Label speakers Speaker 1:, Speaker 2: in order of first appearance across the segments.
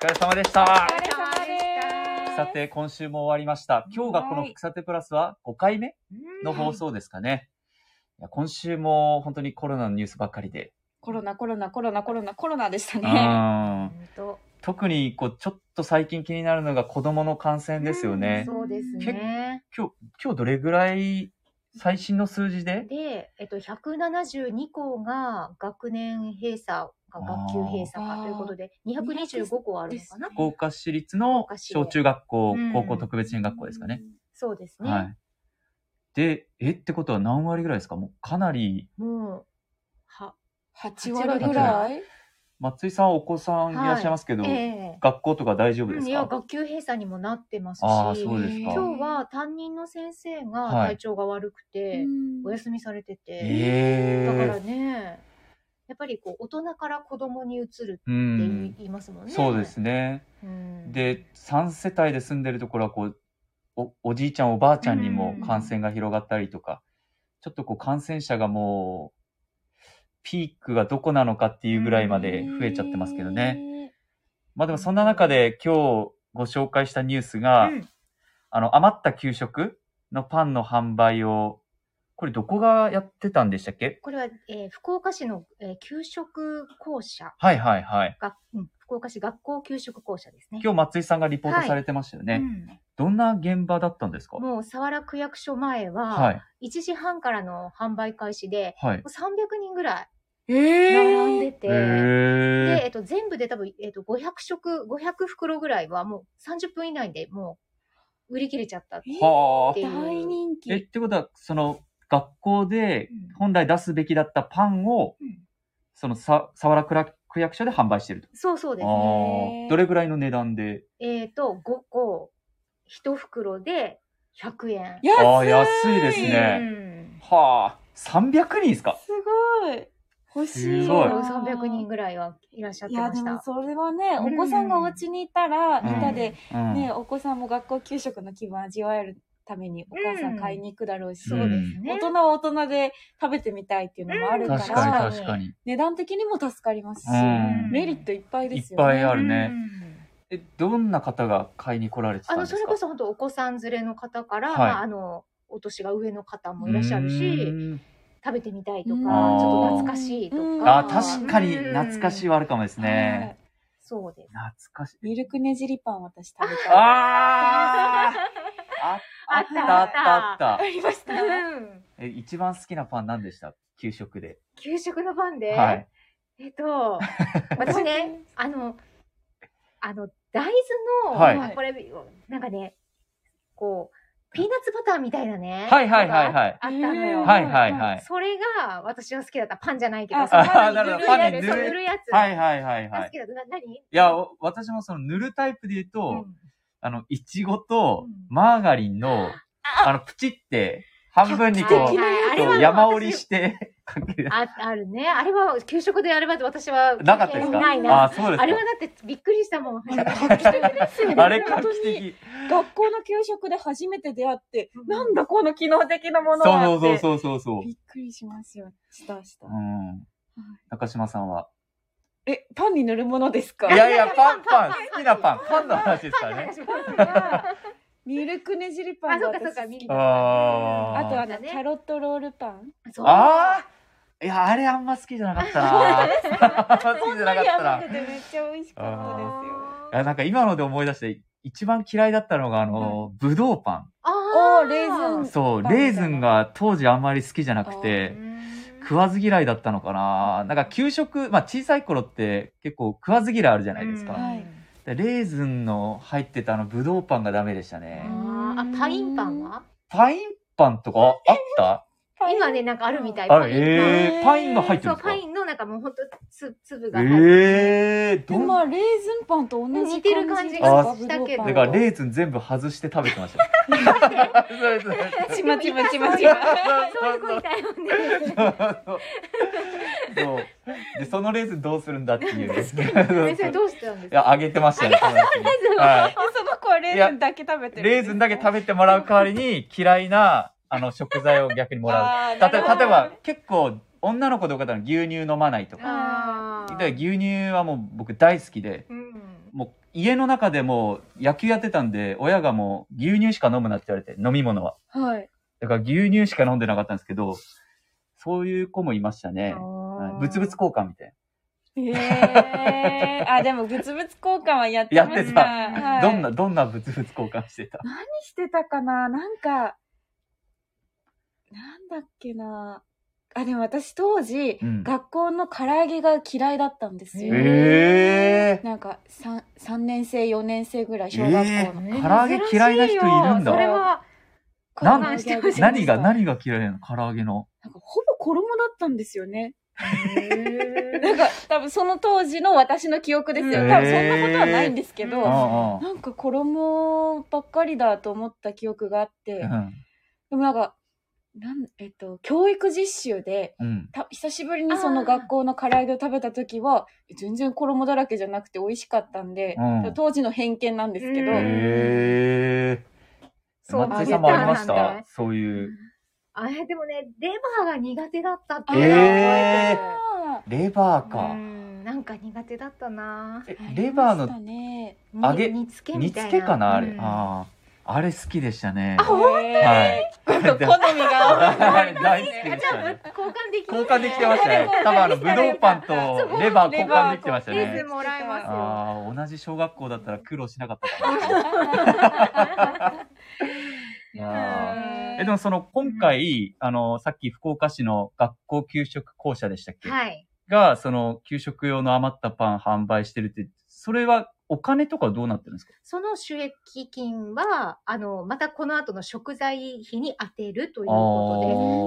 Speaker 1: 疲れ様でした。
Speaker 2: 疲れ様でした
Speaker 1: さて、今週も終わりました。今日がこの草手プラスは5回目の放送ですかね。いや今週も本当にコロナのニュースばっかりで。
Speaker 2: コロナコロナコロナコロナコロナでした
Speaker 1: う
Speaker 2: ね。
Speaker 1: ん
Speaker 3: と
Speaker 1: 特にこうちょっと最近気になるのが子供の感染ですよね。
Speaker 3: そうですね。
Speaker 1: 今日、今日どれぐらい最新の数字で
Speaker 3: で、えっと、172校が学年閉鎖か学級閉鎖
Speaker 2: あ
Speaker 3: か
Speaker 2: ー
Speaker 3: ということで、225校あるのかな
Speaker 2: ですね
Speaker 1: 福岡市立の小中学校
Speaker 3: う、ん
Speaker 1: 高校特別支援学校ですかね。
Speaker 3: そうですね。
Speaker 1: はい。で、えってことは何割ぐらいですかもうかなり、
Speaker 3: も
Speaker 2: は8割ぐらい
Speaker 1: 松井さんお子さんいらっしゃいますけど、
Speaker 3: う、ええ
Speaker 1: 学校とか大丈夫ですか
Speaker 3: いや、学級閉鎖にもなってますし、
Speaker 1: ああ、そうですか。
Speaker 3: 今日は担任の先生が
Speaker 1: はい
Speaker 3: 体調が悪くて、
Speaker 2: うん
Speaker 3: お休みされてて、
Speaker 1: ええ
Speaker 3: だからね、やっぱりこう大人から子供に移る
Speaker 1: う
Speaker 3: って言い,、
Speaker 1: ん、
Speaker 3: 言いますもんね。
Speaker 1: そうですね。
Speaker 3: うん。
Speaker 1: で、3世帯で住んでるところはこうお、おじいちゃん、おばあちゃんにも感染が広がったりとか、ちょっとこう感染者がもう、ピークがどこなのかっていうぐらいまで増えちゃってますけどね。
Speaker 2: ね。
Speaker 1: まあでもそんな中で今日ご紹介したニュースが、
Speaker 3: うん
Speaker 1: あの、余った給食のパンの販売を、これどこがやってたんでしたっけ
Speaker 3: これは、えー福岡市の、えー給食校舎
Speaker 1: はいはいはい。
Speaker 3: が、うん、福岡市学校給食校舎ですね。
Speaker 1: 今日松井さんがリポートされてましたよね。どんな現場だったんですか
Speaker 3: うんもう佐原区役所前
Speaker 1: は。
Speaker 3: はい1時半からの販売開始で、
Speaker 1: はい。
Speaker 3: もう300人ぐら
Speaker 2: え
Speaker 3: い
Speaker 2: ー
Speaker 3: 並んでて、
Speaker 1: え
Speaker 3: で、え
Speaker 1: ー。
Speaker 3: っと、全部で多分、えっと、500食、500袋ぐらいはもう30分以内でもう売り切れちゃった。
Speaker 2: えー
Speaker 1: はあ。
Speaker 3: で
Speaker 2: 大人気。
Speaker 1: え、ってことは、その、学校で
Speaker 3: うん
Speaker 1: 本来出すべきだったパンを、
Speaker 3: うん
Speaker 1: そのさ、さわら区役所で販売してると。
Speaker 3: そうそうです
Speaker 1: あ
Speaker 3: ね。
Speaker 1: ーどれぐらいの値段で
Speaker 3: えっと、5個、1袋で100円。
Speaker 2: 安
Speaker 1: あ
Speaker 2: い
Speaker 1: ー安いですね
Speaker 3: うん
Speaker 1: はあ。300人ですか
Speaker 2: すごい。欲しい。
Speaker 1: すごい
Speaker 3: そう300人ぐらいはいらっしゃって
Speaker 2: いや、
Speaker 3: ま
Speaker 2: で
Speaker 3: した
Speaker 2: も。それはね、
Speaker 3: う
Speaker 2: お
Speaker 3: ん
Speaker 2: 子さんがお家にいたら、
Speaker 1: うん
Speaker 2: みんなで
Speaker 1: うん
Speaker 2: ね、お子さんも学校給食の気分味わえるためにお母さん買いに行くだろうし、
Speaker 1: う
Speaker 3: そ
Speaker 1: ん
Speaker 3: うですね。
Speaker 2: 大人は大人で食べてみたいっていうのもあるか
Speaker 1: 確
Speaker 2: ら、
Speaker 1: かに確かに。
Speaker 2: 値段的にも助かりますし、
Speaker 1: うん
Speaker 2: メリットいっぱいですよ
Speaker 1: いっ
Speaker 2: ね。
Speaker 1: ぱいあるね
Speaker 3: うん
Speaker 1: え、どんな方が買いに来られてた
Speaker 3: あ
Speaker 1: んで
Speaker 3: の、
Speaker 1: す
Speaker 3: そ
Speaker 1: か
Speaker 3: れこそ本当お子さん連れの方から、
Speaker 1: はい
Speaker 3: まあ、あの、お年が上の方もいらっしゃる
Speaker 1: う
Speaker 3: し、
Speaker 1: ーん
Speaker 3: 食べてみたいとか、ちょ
Speaker 2: う
Speaker 3: っ
Speaker 2: ん
Speaker 3: と懐かしいと
Speaker 2: うん
Speaker 3: か。
Speaker 1: あ、確かに懐かしいはあるかもです
Speaker 2: はい
Speaker 1: ね。
Speaker 3: そうです。
Speaker 1: 懐かしい。
Speaker 2: ミルクねじりパン私食べたい。
Speaker 1: あーああ
Speaker 3: あ
Speaker 1: っ
Speaker 3: ったた
Speaker 1: あ
Speaker 3: あ
Speaker 1: っ
Speaker 3: ったた
Speaker 1: あった
Speaker 2: あ。りました。
Speaker 3: うん
Speaker 1: え、一番好きなパン何でした給食で。
Speaker 3: 給食の番で、
Speaker 1: はい。
Speaker 3: えっと、 私ね、あの、あの、大豆の、
Speaker 1: はい
Speaker 3: あこれ、なんかね、こう、ピーナッツバターみたいなね。
Speaker 1: はいはいはいはい
Speaker 3: のがあったのよ。
Speaker 1: はいはいはい。
Speaker 3: それが私の好きだったパンじゃないけど、
Speaker 2: あ
Speaker 3: その
Speaker 2: あー
Speaker 3: パンに
Speaker 2: なるほど
Speaker 3: 塗
Speaker 2: パンに
Speaker 3: る
Speaker 2: 塗る
Speaker 3: やつ、そう塗るやつ。
Speaker 1: はいはいはいは
Speaker 3: が好
Speaker 1: い。
Speaker 3: きだった。な何い
Speaker 1: いや、、お私もその塗るタイプで言う
Speaker 3: う
Speaker 1: と、
Speaker 3: ん
Speaker 1: あの、いちごと
Speaker 3: うん
Speaker 1: マーガリンの、あの、プチって、半分に
Speaker 3: は
Speaker 1: こ
Speaker 3: いは
Speaker 1: う、
Speaker 3: いあれ
Speaker 1: こう
Speaker 3: は私
Speaker 1: 山折りして、かける
Speaker 3: ああるね。あれは、給食であれば私は。
Speaker 1: なかったですか
Speaker 3: ないな。
Speaker 1: あ、そうですか。
Speaker 3: あれはだってびっくりしたも ん。
Speaker 2: 画期的ですよね
Speaker 1: あれ画期的。
Speaker 2: 学校の給食で初めて出会って
Speaker 3: う、ん
Speaker 2: なんだこの機能的なものは
Speaker 1: そ
Speaker 2: っ
Speaker 1: う
Speaker 2: て。
Speaker 1: そうそうそうそう。
Speaker 2: びっくりしますよ。したした。
Speaker 1: うん。中島さんは。
Speaker 2: え、パンに塗るものですか
Speaker 1: いやいや、パンパン、好きなパン、パンの話ですからね。
Speaker 2: パンはミルクねじりパンが
Speaker 3: あそうか
Speaker 2: 私
Speaker 3: そうか
Speaker 2: 好きだ
Speaker 1: あ
Speaker 2: あと
Speaker 1: あ。
Speaker 2: あの、キャロットロールパン。
Speaker 3: そう
Speaker 1: ああいや、あれあんま好きじゃなかった な。あんま好きじゃなかったな。い
Speaker 2: てめっちゃ美味し
Speaker 1: そ
Speaker 2: か
Speaker 1: うです
Speaker 2: っ
Speaker 1: や、なんか今ので思い出して、一番嫌いだったのが、あの、ぶどうパ
Speaker 3: あ
Speaker 2: おーレー
Speaker 1: ン。
Speaker 2: ズ
Speaker 1: そう、
Speaker 2: パンみたいな
Speaker 1: レーズンが当時あんまり好きじゃなくて、食わず嫌いだったのかな。なんか給食、まあ小さい頃って結構食わず嫌いあるじゃないです
Speaker 2: う
Speaker 1: か
Speaker 2: ん。
Speaker 3: はい
Speaker 1: でレーズンの入ってたあの、ぶどうパンがダメでしたね。
Speaker 3: あーあパインパンは
Speaker 1: パインパンとかあった
Speaker 2: たよ。
Speaker 3: 今ね、なんかあるみたい。
Speaker 1: あ
Speaker 3: パインパン
Speaker 1: れ、えー、パインが入って
Speaker 3: そ
Speaker 1: るんで
Speaker 3: う、
Speaker 1: す
Speaker 3: パ
Speaker 1: か
Speaker 3: インのなんかもうほんとつ粒が入って
Speaker 1: ええー、
Speaker 2: で
Speaker 1: どん
Speaker 2: もまあレーズンパンと同じ
Speaker 3: 似てる感じ
Speaker 1: が
Speaker 3: したけど
Speaker 1: だからレーズン全部外して食べてました。そうですそうです
Speaker 2: ちまちまちまち
Speaker 3: そう
Speaker 2: ま。
Speaker 3: いう子いたよ ね。
Speaker 1: そうでそのレーズンどうするんだっていうね。
Speaker 3: 先生
Speaker 1: い
Speaker 3: どうしてたんですか
Speaker 1: やあげてましたね。は
Speaker 2: その子はレーズンだけ食べて
Speaker 1: い。
Speaker 2: る。
Speaker 1: レーズンだけ食べてもらう代わりに嫌いなあの食材を逆にもら
Speaker 2: あ
Speaker 1: う。
Speaker 2: ー
Speaker 1: たと
Speaker 2: なる
Speaker 1: 例え
Speaker 2: ほど
Speaker 1: ば結構女の子とかだと牛乳飲まないとか。
Speaker 3: あ
Speaker 1: だ
Speaker 3: ー
Speaker 1: から牛乳はもう僕大好きで。
Speaker 3: うん
Speaker 1: もう家の中でも野球やってたんで、親がもう牛乳しか飲むなって言われて、飲み物は。
Speaker 2: はい。
Speaker 1: だから牛乳しか飲んでなかったんですけど、そういう子もいましたね。はい
Speaker 3: ぶ
Speaker 1: 物々交換みたい
Speaker 2: へえ ー。あ、でも、物々交換はやってま
Speaker 1: やっ
Speaker 2: してた。
Speaker 1: た
Speaker 2: は
Speaker 1: な。
Speaker 2: い
Speaker 1: どんな、どんな物々交換して た
Speaker 2: 何してたかななんか、なんだっけなあ、でも私当時、
Speaker 1: うん
Speaker 2: 学校の唐揚げが嫌いだったんですよ。
Speaker 1: ええ
Speaker 2: なんか 3, 三年生、4年生ぐらい、小学校の。
Speaker 1: えー唐揚げ嫌いな人いるんだ
Speaker 3: それは、
Speaker 2: 唐揚げ
Speaker 1: なん
Speaker 3: してました
Speaker 1: 何が、
Speaker 2: なんか
Speaker 1: 何が嫌いなの唐揚げの。
Speaker 2: ほぼ衣だったんですよね。なんか多分その当時の私の記憶ですよ。
Speaker 1: へー
Speaker 2: 多分そんなことはないんですけど、
Speaker 1: う
Speaker 3: う
Speaker 1: ん
Speaker 2: な
Speaker 1: うん
Speaker 2: んか衣ばっかりだと思った記憶があって、
Speaker 1: う
Speaker 2: で
Speaker 1: ん。
Speaker 2: もなんか、なんえっと、教育実習で、
Speaker 1: うん。
Speaker 2: た久しぶりにその学校の唐揚げを食べた時は全然衣だらけじゃなくて美味しかったんで、
Speaker 1: うん
Speaker 2: 当時の偏見なんですけど、
Speaker 3: うん
Speaker 1: ええ
Speaker 3: そう
Speaker 1: 松井さんもありまし
Speaker 3: 揚げたん
Speaker 1: た
Speaker 3: だ
Speaker 1: そういう。
Speaker 3: あれでもね、レバーが苦手だったって
Speaker 2: あ
Speaker 1: え
Speaker 3: いうの
Speaker 1: え
Speaker 3: を
Speaker 2: あ
Speaker 1: レバー
Speaker 3: 覚えてるう
Speaker 1: か。
Speaker 3: んなんか苦手だったな
Speaker 1: え
Speaker 2: ーありましたね
Speaker 1: レバーの
Speaker 3: 煮
Speaker 1: 揚げ
Speaker 3: 煮付け
Speaker 1: 煮
Speaker 3: みたい
Speaker 1: 付
Speaker 3: な。
Speaker 1: けかなあれ
Speaker 3: う。ん
Speaker 1: ああ。あれ好きでしたね。
Speaker 2: あ本当に、
Speaker 1: はい。
Speaker 2: 好みが合
Speaker 1: 大好きでした ね。
Speaker 3: 交換できる
Speaker 1: 交換できてましたね。多分あの、ぶどうパンとレバー交換できてました
Speaker 3: レバー交換
Speaker 1: ね
Speaker 3: でき。もらえます
Speaker 1: ああ、同じ小学校だったら苦労しなかったかな。いやーえ、でもその、今回、あの、さっき福岡市の学校給食校舎でしたっけ
Speaker 3: はい。
Speaker 1: が、その、給食用の余ったパン販売してるって、それはお金とかどうなってるんですか
Speaker 3: その収益金は、あの、またこの後の食材費に当てるという
Speaker 1: あ
Speaker 3: こ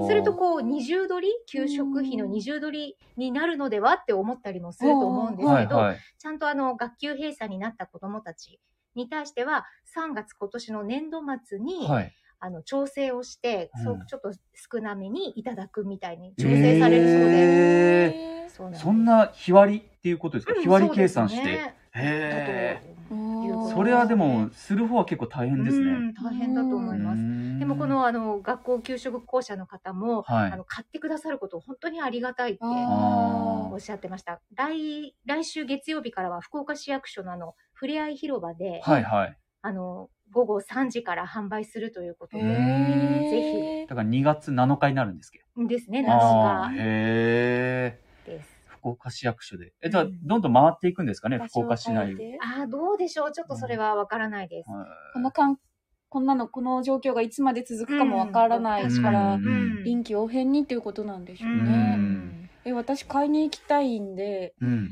Speaker 1: ー
Speaker 3: とで、するとこう、二重取り、給食費の二重取りになるのではって思ったりもすると思うんです
Speaker 1: は
Speaker 3: け
Speaker 1: い
Speaker 3: ど、
Speaker 1: はい。
Speaker 3: ちゃんとあの、学級閉鎖になった子供たちに対しては、3月今年の年度末に、
Speaker 1: はい。
Speaker 3: あの、調整をして、
Speaker 1: うん
Speaker 3: そうちょっと少なめにいただくみたいに調整されるそ
Speaker 1: え
Speaker 3: うで、
Speaker 2: え
Speaker 3: そう
Speaker 1: ー
Speaker 3: です
Speaker 1: そんな日割りっていうことですか
Speaker 3: うん
Speaker 1: 日割り計算し
Speaker 3: そうです
Speaker 1: て。
Speaker 3: ね
Speaker 1: へえ。
Speaker 3: だと
Speaker 2: ー
Speaker 1: それはでも、する方は結構大変です
Speaker 3: う
Speaker 1: ね。
Speaker 3: ん大変だと思います。で
Speaker 1: で
Speaker 3: もこ、のあの学校給食校舎の方も、
Speaker 1: はい
Speaker 3: あの買ってくださることを本当にありがたいって
Speaker 1: あ
Speaker 3: おっしゃってました。来来週月曜日からは福岡市役所のあのふれあい広場で、
Speaker 1: ーはいはい。
Speaker 3: あの午後3時から販売するということ
Speaker 1: へ
Speaker 3: で
Speaker 1: ー
Speaker 3: ぜ
Speaker 1: だから2月7日になるんですけど。
Speaker 3: ですね、なし
Speaker 1: ああ
Speaker 3: が
Speaker 1: ー、へえ。
Speaker 3: です。
Speaker 1: 福岡市役所で。え、じゃあ、
Speaker 3: うん
Speaker 1: どんどん回っていくんですかね、
Speaker 2: 場
Speaker 1: 福
Speaker 2: 所を
Speaker 1: 岡市
Speaker 2: 変え
Speaker 1: 内を。
Speaker 2: て
Speaker 3: ああ、どうでしょうちょっとそれはわからないです。
Speaker 2: このかんこんなのこの状況がいつまで続くかもわからない
Speaker 3: うん
Speaker 2: から、
Speaker 1: うん
Speaker 2: 臨機応変にっていうことなんでしょう
Speaker 1: う
Speaker 2: ね、
Speaker 1: ん
Speaker 2: え私買いに行きたいんで
Speaker 1: うん。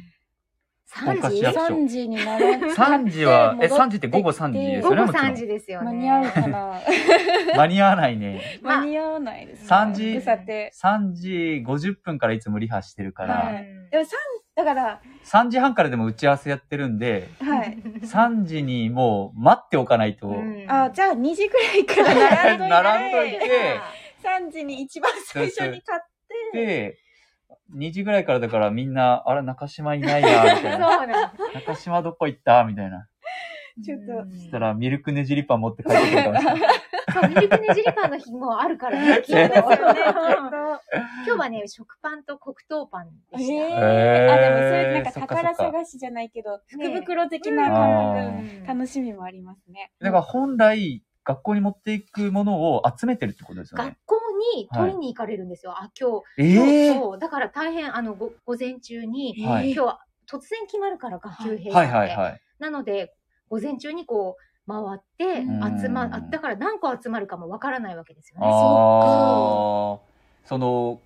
Speaker 3: 3
Speaker 1: 福岡市
Speaker 3: 時
Speaker 1: 役所
Speaker 2: 3時になら
Speaker 1: 3時は、え、3
Speaker 2: 時
Speaker 1: 時って午後3時です
Speaker 3: 午
Speaker 1: よね、も
Speaker 3: 後
Speaker 1: ちろ
Speaker 3: 3
Speaker 1: ん
Speaker 3: 時。ですよね。
Speaker 2: 間に合うかな
Speaker 1: 間に合わない ね。
Speaker 3: まあ
Speaker 2: 間に合わないですね
Speaker 1: 3時
Speaker 2: うさて
Speaker 1: 3時50分からいつもリハしてるから、
Speaker 2: はいでも3だから
Speaker 1: 3時半からでも打ち合わせやってるんで、
Speaker 2: はい。
Speaker 1: 3時にもう待っておかないと、
Speaker 3: うん
Speaker 2: あじゃあ2時くらいから並んどいて
Speaker 1: 並んどいて
Speaker 2: 3時に一番最初に買って
Speaker 1: で、2時ぐらいからだからみんな、あら、中島いない や、み
Speaker 3: そ
Speaker 1: た
Speaker 3: う
Speaker 1: いな。
Speaker 3: なんで
Speaker 1: 中島どこ行ったみたいな。
Speaker 3: す。
Speaker 2: ちょっと
Speaker 3: うん
Speaker 1: そしたら、ミルクねじりパン持って帰ってくるかもしれない。
Speaker 3: そう、ミルクねじりパンの日もあるからね、きっと。
Speaker 2: そうですよねきっ
Speaker 3: 今
Speaker 2: と
Speaker 3: 日はね、食パンと黒糖パン
Speaker 2: え
Speaker 3: でし
Speaker 2: え
Speaker 3: た。
Speaker 1: ー
Speaker 2: あ、でもそういうなん
Speaker 1: そっかそ
Speaker 2: か
Speaker 1: っか
Speaker 2: 宝探しじゃないけど、福
Speaker 3: ね
Speaker 2: 袋的な
Speaker 1: う
Speaker 2: 感
Speaker 1: ん
Speaker 2: 覚、楽しみもありますね。
Speaker 1: だから本来、学校に持っていくものを集めてるってことですよ
Speaker 3: 学
Speaker 1: ね。
Speaker 3: 校に取りに行かれるんですよ、あ、今日。
Speaker 1: ええ
Speaker 3: そうそうだから大変、あの、ご午前中に、
Speaker 1: はい
Speaker 3: 今日は突然決まるから、学級閉鎖って。
Speaker 1: はいはいはい。
Speaker 3: なので、午前中にこう、回って、
Speaker 2: うん
Speaker 3: 集ま、あだから何個集まるかもわからないわけですよね。
Speaker 1: ああ、その、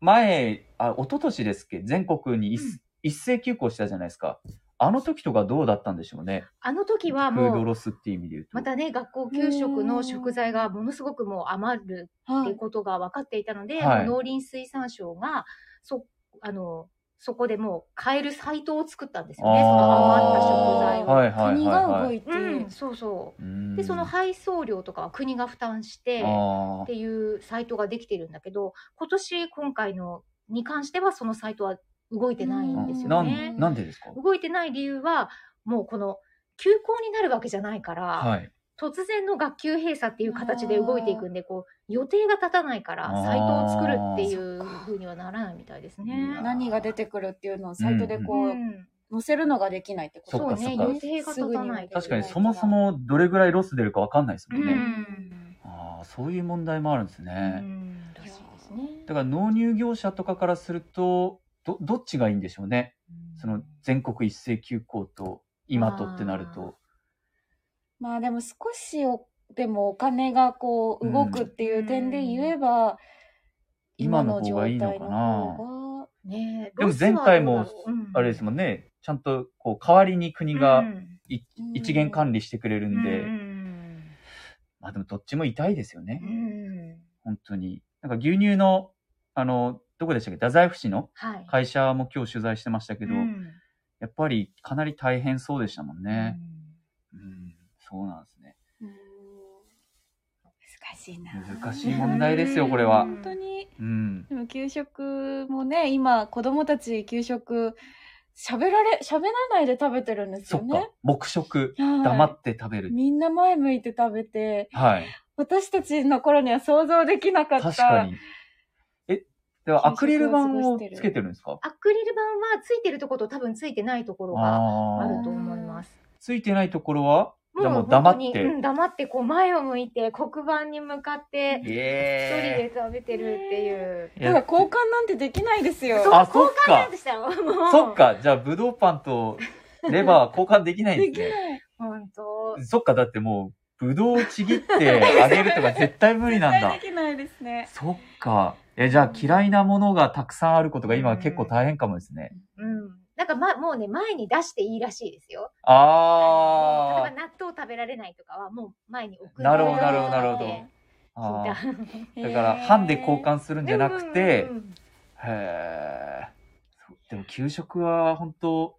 Speaker 1: 前、あ、一昨年ですっけ、全国に一,、
Speaker 3: うん
Speaker 1: 一斉休校したじゃないですか。あの時とかどうだったんでしょうね。
Speaker 3: あの時
Speaker 1: フ
Speaker 3: は
Speaker 1: ード
Speaker 3: もう、
Speaker 1: ロスっていう意味で言うと。
Speaker 3: またね、学校給食の食材がものすごくもう余るっ
Speaker 2: は
Speaker 3: ていう
Speaker 2: い。
Speaker 3: ことが分かっていたので、
Speaker 1: はい
Speaker 3: もう農林水産省がそあのそこでもう買えるサイトを作ったんですよね、その余った食材を。
Speaker 1: あーはいはい
Speaker 2: 国が
Speaker 1: は
Speaker 2: 動
Speaker 1: い
Speaker 2: いて、
Speaker 3: うん、そうそ
Speaker 1: はい。
Speaker 3: うでその配送料とかは国が負担して
Speaker 1: あ
Speaker 3: っていうサイトができてるんだけど今年今回のに関してはそのサイトは動いてない
Speaker 1: あ
Speaker 3: んです
Speaker 1: な
Speaker 3: よね
Speaker 1: ん。なんでですか
Speaker 3: 動いてない理由はもうこの休校になるわけじゃないから、
Speaker 1: はい。
Speaker 3: 突然の学級閉鎖っていう形で動いていくんで、こう予定が立たないから
Speaker 1: あー
Speaker 3: サイトを作るっていうふうにはならないみたいですね。
Speaker 1: いや
Speaker 2: 何が出てくるっていうのをサイトでこう、
Speaker 3: うん
Speaker 2: 載せるのができないってこと
Speaker 1: そっ
Speaker 3: そう
Speaker 1: か
Speaker 3: ね、
Speaker 1: そっか
Speaker 3: 予定が立たないといけないら
Speaker 1: 確かにそもそもどれぐらいロス出るかわかんないですもんね。
Speaker 3: うん
Speaker 1: ああ、そういう問題もあるんです
Speaker 3: う
Speaker 1: ね。
Speaker 3: んらしいですね。
Speaker 1: だから納入業者とかからすると、ど、どっちがいいんでしょうね。その全国一斉休校と今とってなると。
Speaker 2: まあでも少しおでもお金がこう動くっていう点で言えば、
Speaker 1: 今の方がいいのかな
Speaker 2: 方が
Speaker 3: ね
Speaker 1: でも前回も
Speaker 3: ロスはどうだろううん
Speaker 1: あれですもんね。ちゃんと、こう、代わりに国が
Speaker 3: うん
Speaker 1: い一元管理してくれるんで、
Speaker 3: うん
Speaker 1: まあでもどっちも痛いですよね
Speaker 3: う。ん
Speaker 1: 本当に。なんか牛乳の、あの、どこでしたっけ太宰府市の
Speaker 3: はい。
Speaker 1: 会社も今日取材してましたけど、
Speaker 3: うん
Speaker 1: やっぱりかなり大変そうでしたもんね。うん、そうなんですね。
Speaker 2: うん難しいな
Speaker 1: 難しい問題ですよこれは
Speaker 2: 本当に
Speaker 1: うん。
Speaker 2: でも給食もね今子供たち給食喋られ喋らないで食べてるんです
Speaker 1: そ
Speaker 2: よ
Speaker 1: っ
Speaker 2: ね
Speaker 1: か。黙食。
Speaker 2: はい
Speaker 1: 黙って食べる。
Speaker 2: みんな前向いて食べて
Speaker 1: はい。
Speaker 2: 私たちの頃には想像できなかった
Speaker 1: 確かに。え、では
Speaker 2: 給食を
Speaker 1: アクリル板
Speaker 2: 過ご
Speaker 1: を
Speaker 2: してる
Speaker 1: つけてるんですか
Speaker 3: アクリル板はついてるところと多分ついてないところがあ
Speaker 1: あ
Speaker 3: る
Speaker 1: あ。
Speaker 3: と思います。
Speaker 1: ついてないところはじゃあもう
Speaker 3: 本
Speaker 1: 黙
Speaker 3: 当
Speaker 1: っ
Speaker 3: にう
Speaker 1: て。
Speaker 3: ん、黙ってこう前を向いて黒板に向かって一人
Speaker 1: え
Speaker 3: で食べてるっていう。
Speaker 1: え
Speaker 2: だから交換なんてできないですよ
Speaker 3: そう
Speaker 1: あそっか
Speaker 3: 交換なんてしたらもう。
Speaker 1: そっ。か。じゃあ、ブドウパンとレバーは交換できないん
Speaker 2: で
Speaker 1: で
Speaker 2: き
Speaker 1: すね。
Speaker 2: ない
Speaker 3: 本当。
Speaker 1: そっか。だってもう、ブドウをちぎってあげるとか絶対無理なん
Speaker 2: 絶
Speaker 1: だ
Speaker 2: 対。できないですね
Speaker 1: そっか。え、じゃあ嫌いなものがたくさんあることが今は結構大変かもですね。
Speaker 3: うん。なんかま、もうね、前に出していいらしいですよ。
Speaker 1: あ
Speaker 3: 例えば納豆食べられないとかはもう前に置く。
Speaker 1: あ。なるほど、
Speaker 2: うん
Speaker 1: なるほど、なるほど
Speaker 3: 聞い。
Speaker 1: あ
Speaker 3: た
Speaker 1: ーだから、ハンで交換するんじゃなくて、
Speaker 3: うんうんうん
Speaker 1: へえ。そうでも、給食は本当、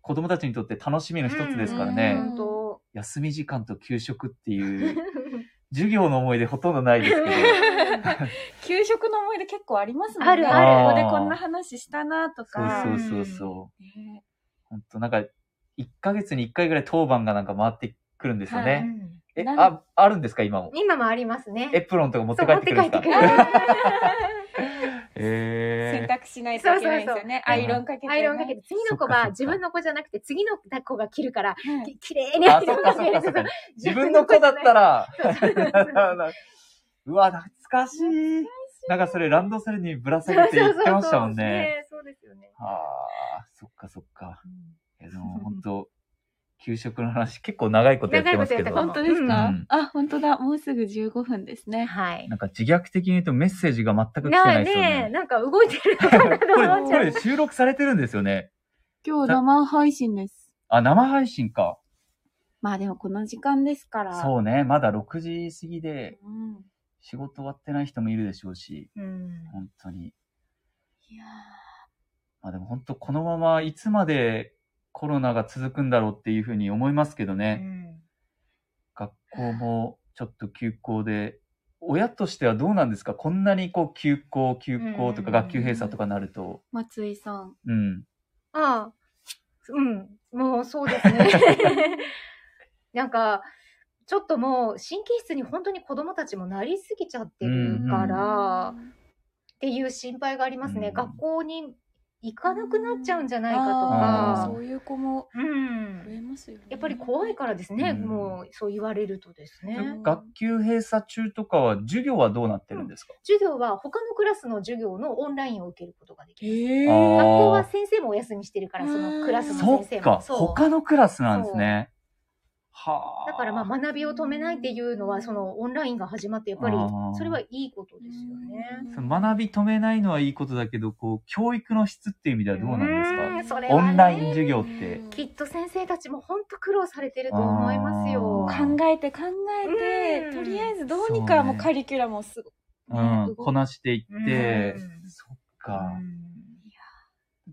Speaker 1: 子供たちにとって楽しみの一つですからね。
Speaker 2: うんうん
Speaker 3: 本当。
Speaker 1: 休み時間と給食っていう、授業の思い出ほとんどない ですけど。
Speaker 2: 給食の思い出結構ありますもんね
Speaker 3: あるあ
Speaker 2: こ
Speaker 1: る
Speaker 2: こでこんな話したなとか
Speaker 1: そうそうそうそう。
Speaker 2: ね
Speaker 1: 本当なんか、1ヶ月に1回ぐらい当番がなんか回ってくるんですよ
Speaker 2: は
Speaker 3: う
Speaker 1: ね。
Speaker 3: ん
Speaker 1: え、
Speaker 2: なん
Speaker 1: あ、あるんですか今も。
Speaker 3: 今もありますね。
Speaker 1: エプロンとか持って帰ってくるんです
Speaker 3: そう
Speaker 1: か
Speaker 3: 持って帰 って
Speaker 2: 洗
Speaker 1: え
Speaker 2: 濯しないといけないんですよね。
Speaker 1: そうそうそう
Speaker 2: アイロンかけて、ね。
Speaker 3: アイロンかけて、次の
Speaker 1: そ
Speaker 3: 子
Speaker 1: っかそっ
Speaker 3: は
Speaker 1: か
Speaker 3: 自分の子じゃなくて、次の子が切るから、
Speaker 2: はい
Speaker 3: ききれい
Speaker 1: え
Speaker 3: に
Speaker 1: あ、
Speaker 3: アイ
Speaker 1: そ
Speaker 3: ロ
Speaker 1: っ
Speaker 3: ン
Speaker 1: か
Speaker 3: か
Speaker 1: そっ
Speaker 3: け
Speaker 1: か
Speaker 3: る
Speaker 1: そっ
Speaker 3: と
Speaker 1: か。自分の子だったら、なるほど うわ、懐かしい。なんかそれランドセルにぶら下げて言ってましたもんね。。
Speaker 3: そうそうそうそうですよね。
Speaker 1: ああ、そっかそっか。えでも本 当給食の話結構長いことやってますけ
Speaker 3: 長いことや
Speaker 1: ど
Speaker 3: って
Speaker 2: 本。当ですか、
Speaker 1: うん
Speaker 2: あ、本当だ。もうすぐ15分ですね。
Speaker 3: はい。
Speaker 1: なんか自虐的に言うとメッセージが全く来てな
Speaker 3: ないい
Speaker 1: ですよ
Speaker 3: ね
Speaker 1: ね。
Speaker 3: なんか動い てるのかな
Speaker 1: こ
Speaker 3: と
Speaker 1: れ、
Speaker 3: 思っ
Speaker 1: こ
Speaker 3: ちゃう。
Speaker 1: れ収録されてるんですよね。
Speaker 2: 今日生配信です。
Speaker 1: あ、生配信か。
Speaker 2: まあでもこの時間ですから。
Speaker 1: そうね。まだ6時過ぎで
Speaker 2: うん。
Speaker 1: 仕事終わってない人もいるでしょうし、
Speaker 3: うん
Speaker 1: 本当に。
Speaker 2: いや
Speaker 1: まあでも本当このままいつまでコロナが続くんだろうっていうふうに思いますけど
Speaker 3: う
Speaker 1: ね。
Speaker 3: ん
Speaker 1: 学校もちょっと休校で、親としてはどうなんですかこんなにこう休校、休校とか
Speaker 3: うんうんうん
Speaker 1: 学級閉鎖とかなると。
Speaker 2: ー松井さん。
Speaker 1: うん。
Speaker 3: ああ。うん。もうそうです ね。なんか、ちょっともう神経質に本当に子供たちもなりすぎちゃってるから、っていう心配がありますね。
Speaker 1: うん
Speaker 3: 学校に行かなくなっちゃうんじゃないか
Speaker 2: あ
Speaker 3: と
Speaker 1: ー
Speaker 2: あ、
Speaker 3: か
Speaker 2: そ。ういう子も
Speaker 3: うん
Speaker 2: 増えますよね。
Speaker 3: やっぱり怖いからですね、
Speaker 1: うん
Speaker 3: もうそう言われるとですね。
Speaker 2: うん
Speaker 1: 学級閉鎖中とかは授業はどうなってるんですか、
Speaker 3: 授業は他のクラスの授業のオンラインを受けることができ
Speaker 2: え
Speaker 3: る。
Speaker 2: え
Speaker 1: あー
Speaker 3: 学校は先生もお休みしてるから、そのクラス
Speaker 1: そ
Speaker 3: の
Speaker 1: っ
Speaker 3: 先生
Speaker 1: か
Speaker 3: も。、
Speaker 1: 他のクラスなんですね。はあ。
Speaker 3: だからまあ学びを止めないっていうのは、そのオンラインが始まって、やっぱり
Speaker 1: あー
Speaker 3: それはいいことですよね。
Speaker 1: その学び止めないのはいいことだけど、こう、教育の質っていう意味ではどうなんですか、
Speaker 3: うーんそれは
Speaker 1: オ
Speaker 3: ね
Speaker 1: ンライン授業って。
Speaker 3: きっと先生たちも本当苦労されてると思いますよ。
Speaker 1: あ
Speaker 2: 考えて考えて、
Speaker 3: うん
Speaker 2: とりあえずどうにかもうカリキュラムをすご
Speaker 1: う
Speaker 2: ね。
Speaker 1: ん、こなしていって、
Speaker 3: うん
Speaker 1: そっか。
Speaker 3: うん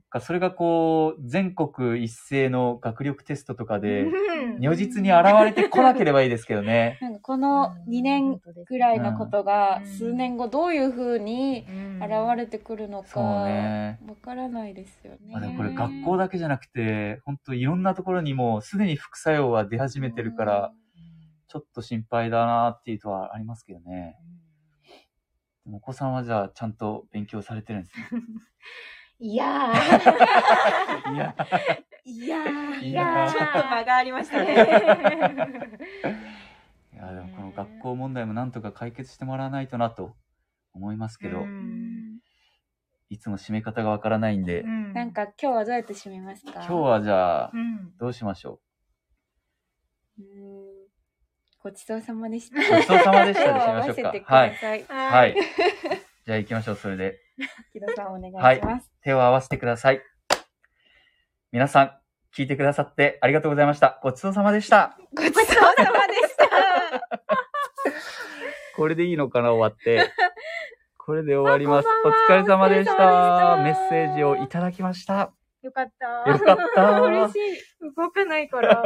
Speaker 1: かそれがこう、全国一斉の学力テストとかで、
Speaker 3: うん
Speaker 1: 如実に現れてこなければいいですけどね
Speaker 2: なんかこの2年ぐらいのことが
Speaker 3: うん
Speaker 2: 数年後どういうふうに
Speaker 3: 現
Speaker 2: 現れてくるのか
Speaker 1: そう
Speaker 2: わ
Speaker 1: ね。
Speaker 2: からないですよね。
Speaker 1: まあでもこれ学校だけじゃなくて、本当いろんなところにもうすでに副作用は出始めてるから、ちょっと心配だなっていうとはありますけど ね。でもお子さんはじゃあちゃんと勉強されてるんですね。
Speaker 3: いやー。
Speaker 1: いや、
Speaker 2: いやー
Speaker 1: いやー
Speaker 2: ちょっと間がありましたね。
Speaker 1: いやでもこの学校問題もなんとか解決してもらわないとなと思いますけど、
Speaker 3: うん
Speaker 1: いつも締め方がわからないんで、
Speaker 2: なん、か今日はどうやって締めますか
Speaker 1: 今日はじゃあ
Speaker 3: う、ん、。
Speaker 1: どうしましょ
Speaker 2: うーんごちそうさまでした。
Speaker 1: う。ごちそうさまでした
Speaker 2: 手
Speaker 1: で
Speaker 2: を合
Speaker 1: 締めま
Speaker 2: わ
Speaker 1: しょ
Speaker 2: せ
Speaker 1: う
Speaker 2: てく
Speaker 1: か。は
Speaker 2: だ
Speaker 1: い。
Speaker 2: さい。
Speaker 1: はいい。じゃあ行きましょう、それで。
Speaker 2: 木戸さんお願いします。
Speaker 1: はい手を合わせてください。皆さん、聞いてくださってありがとうございました。ごちそうさまでした。
Speaker 2: ごちそうさまでした。
Speaker 1: これでいいのかな終わ って。これで終わります。
Speaker 2: あ
Speaker 1: お
Speaker 2: こんばんは
Speaker 1: 疲れ様でし
Speaker 2: お
Speaker 1: た。
Speaker 2: 疲れ様
Speaker 1: メ
Speaker 2: でした
Speaker 1: ッセージをいただきました。
Speaker 3: よかった。
Speaker 1: よかった。
Speaker 2: 嬉しい。
Speaker 3: 動かないから。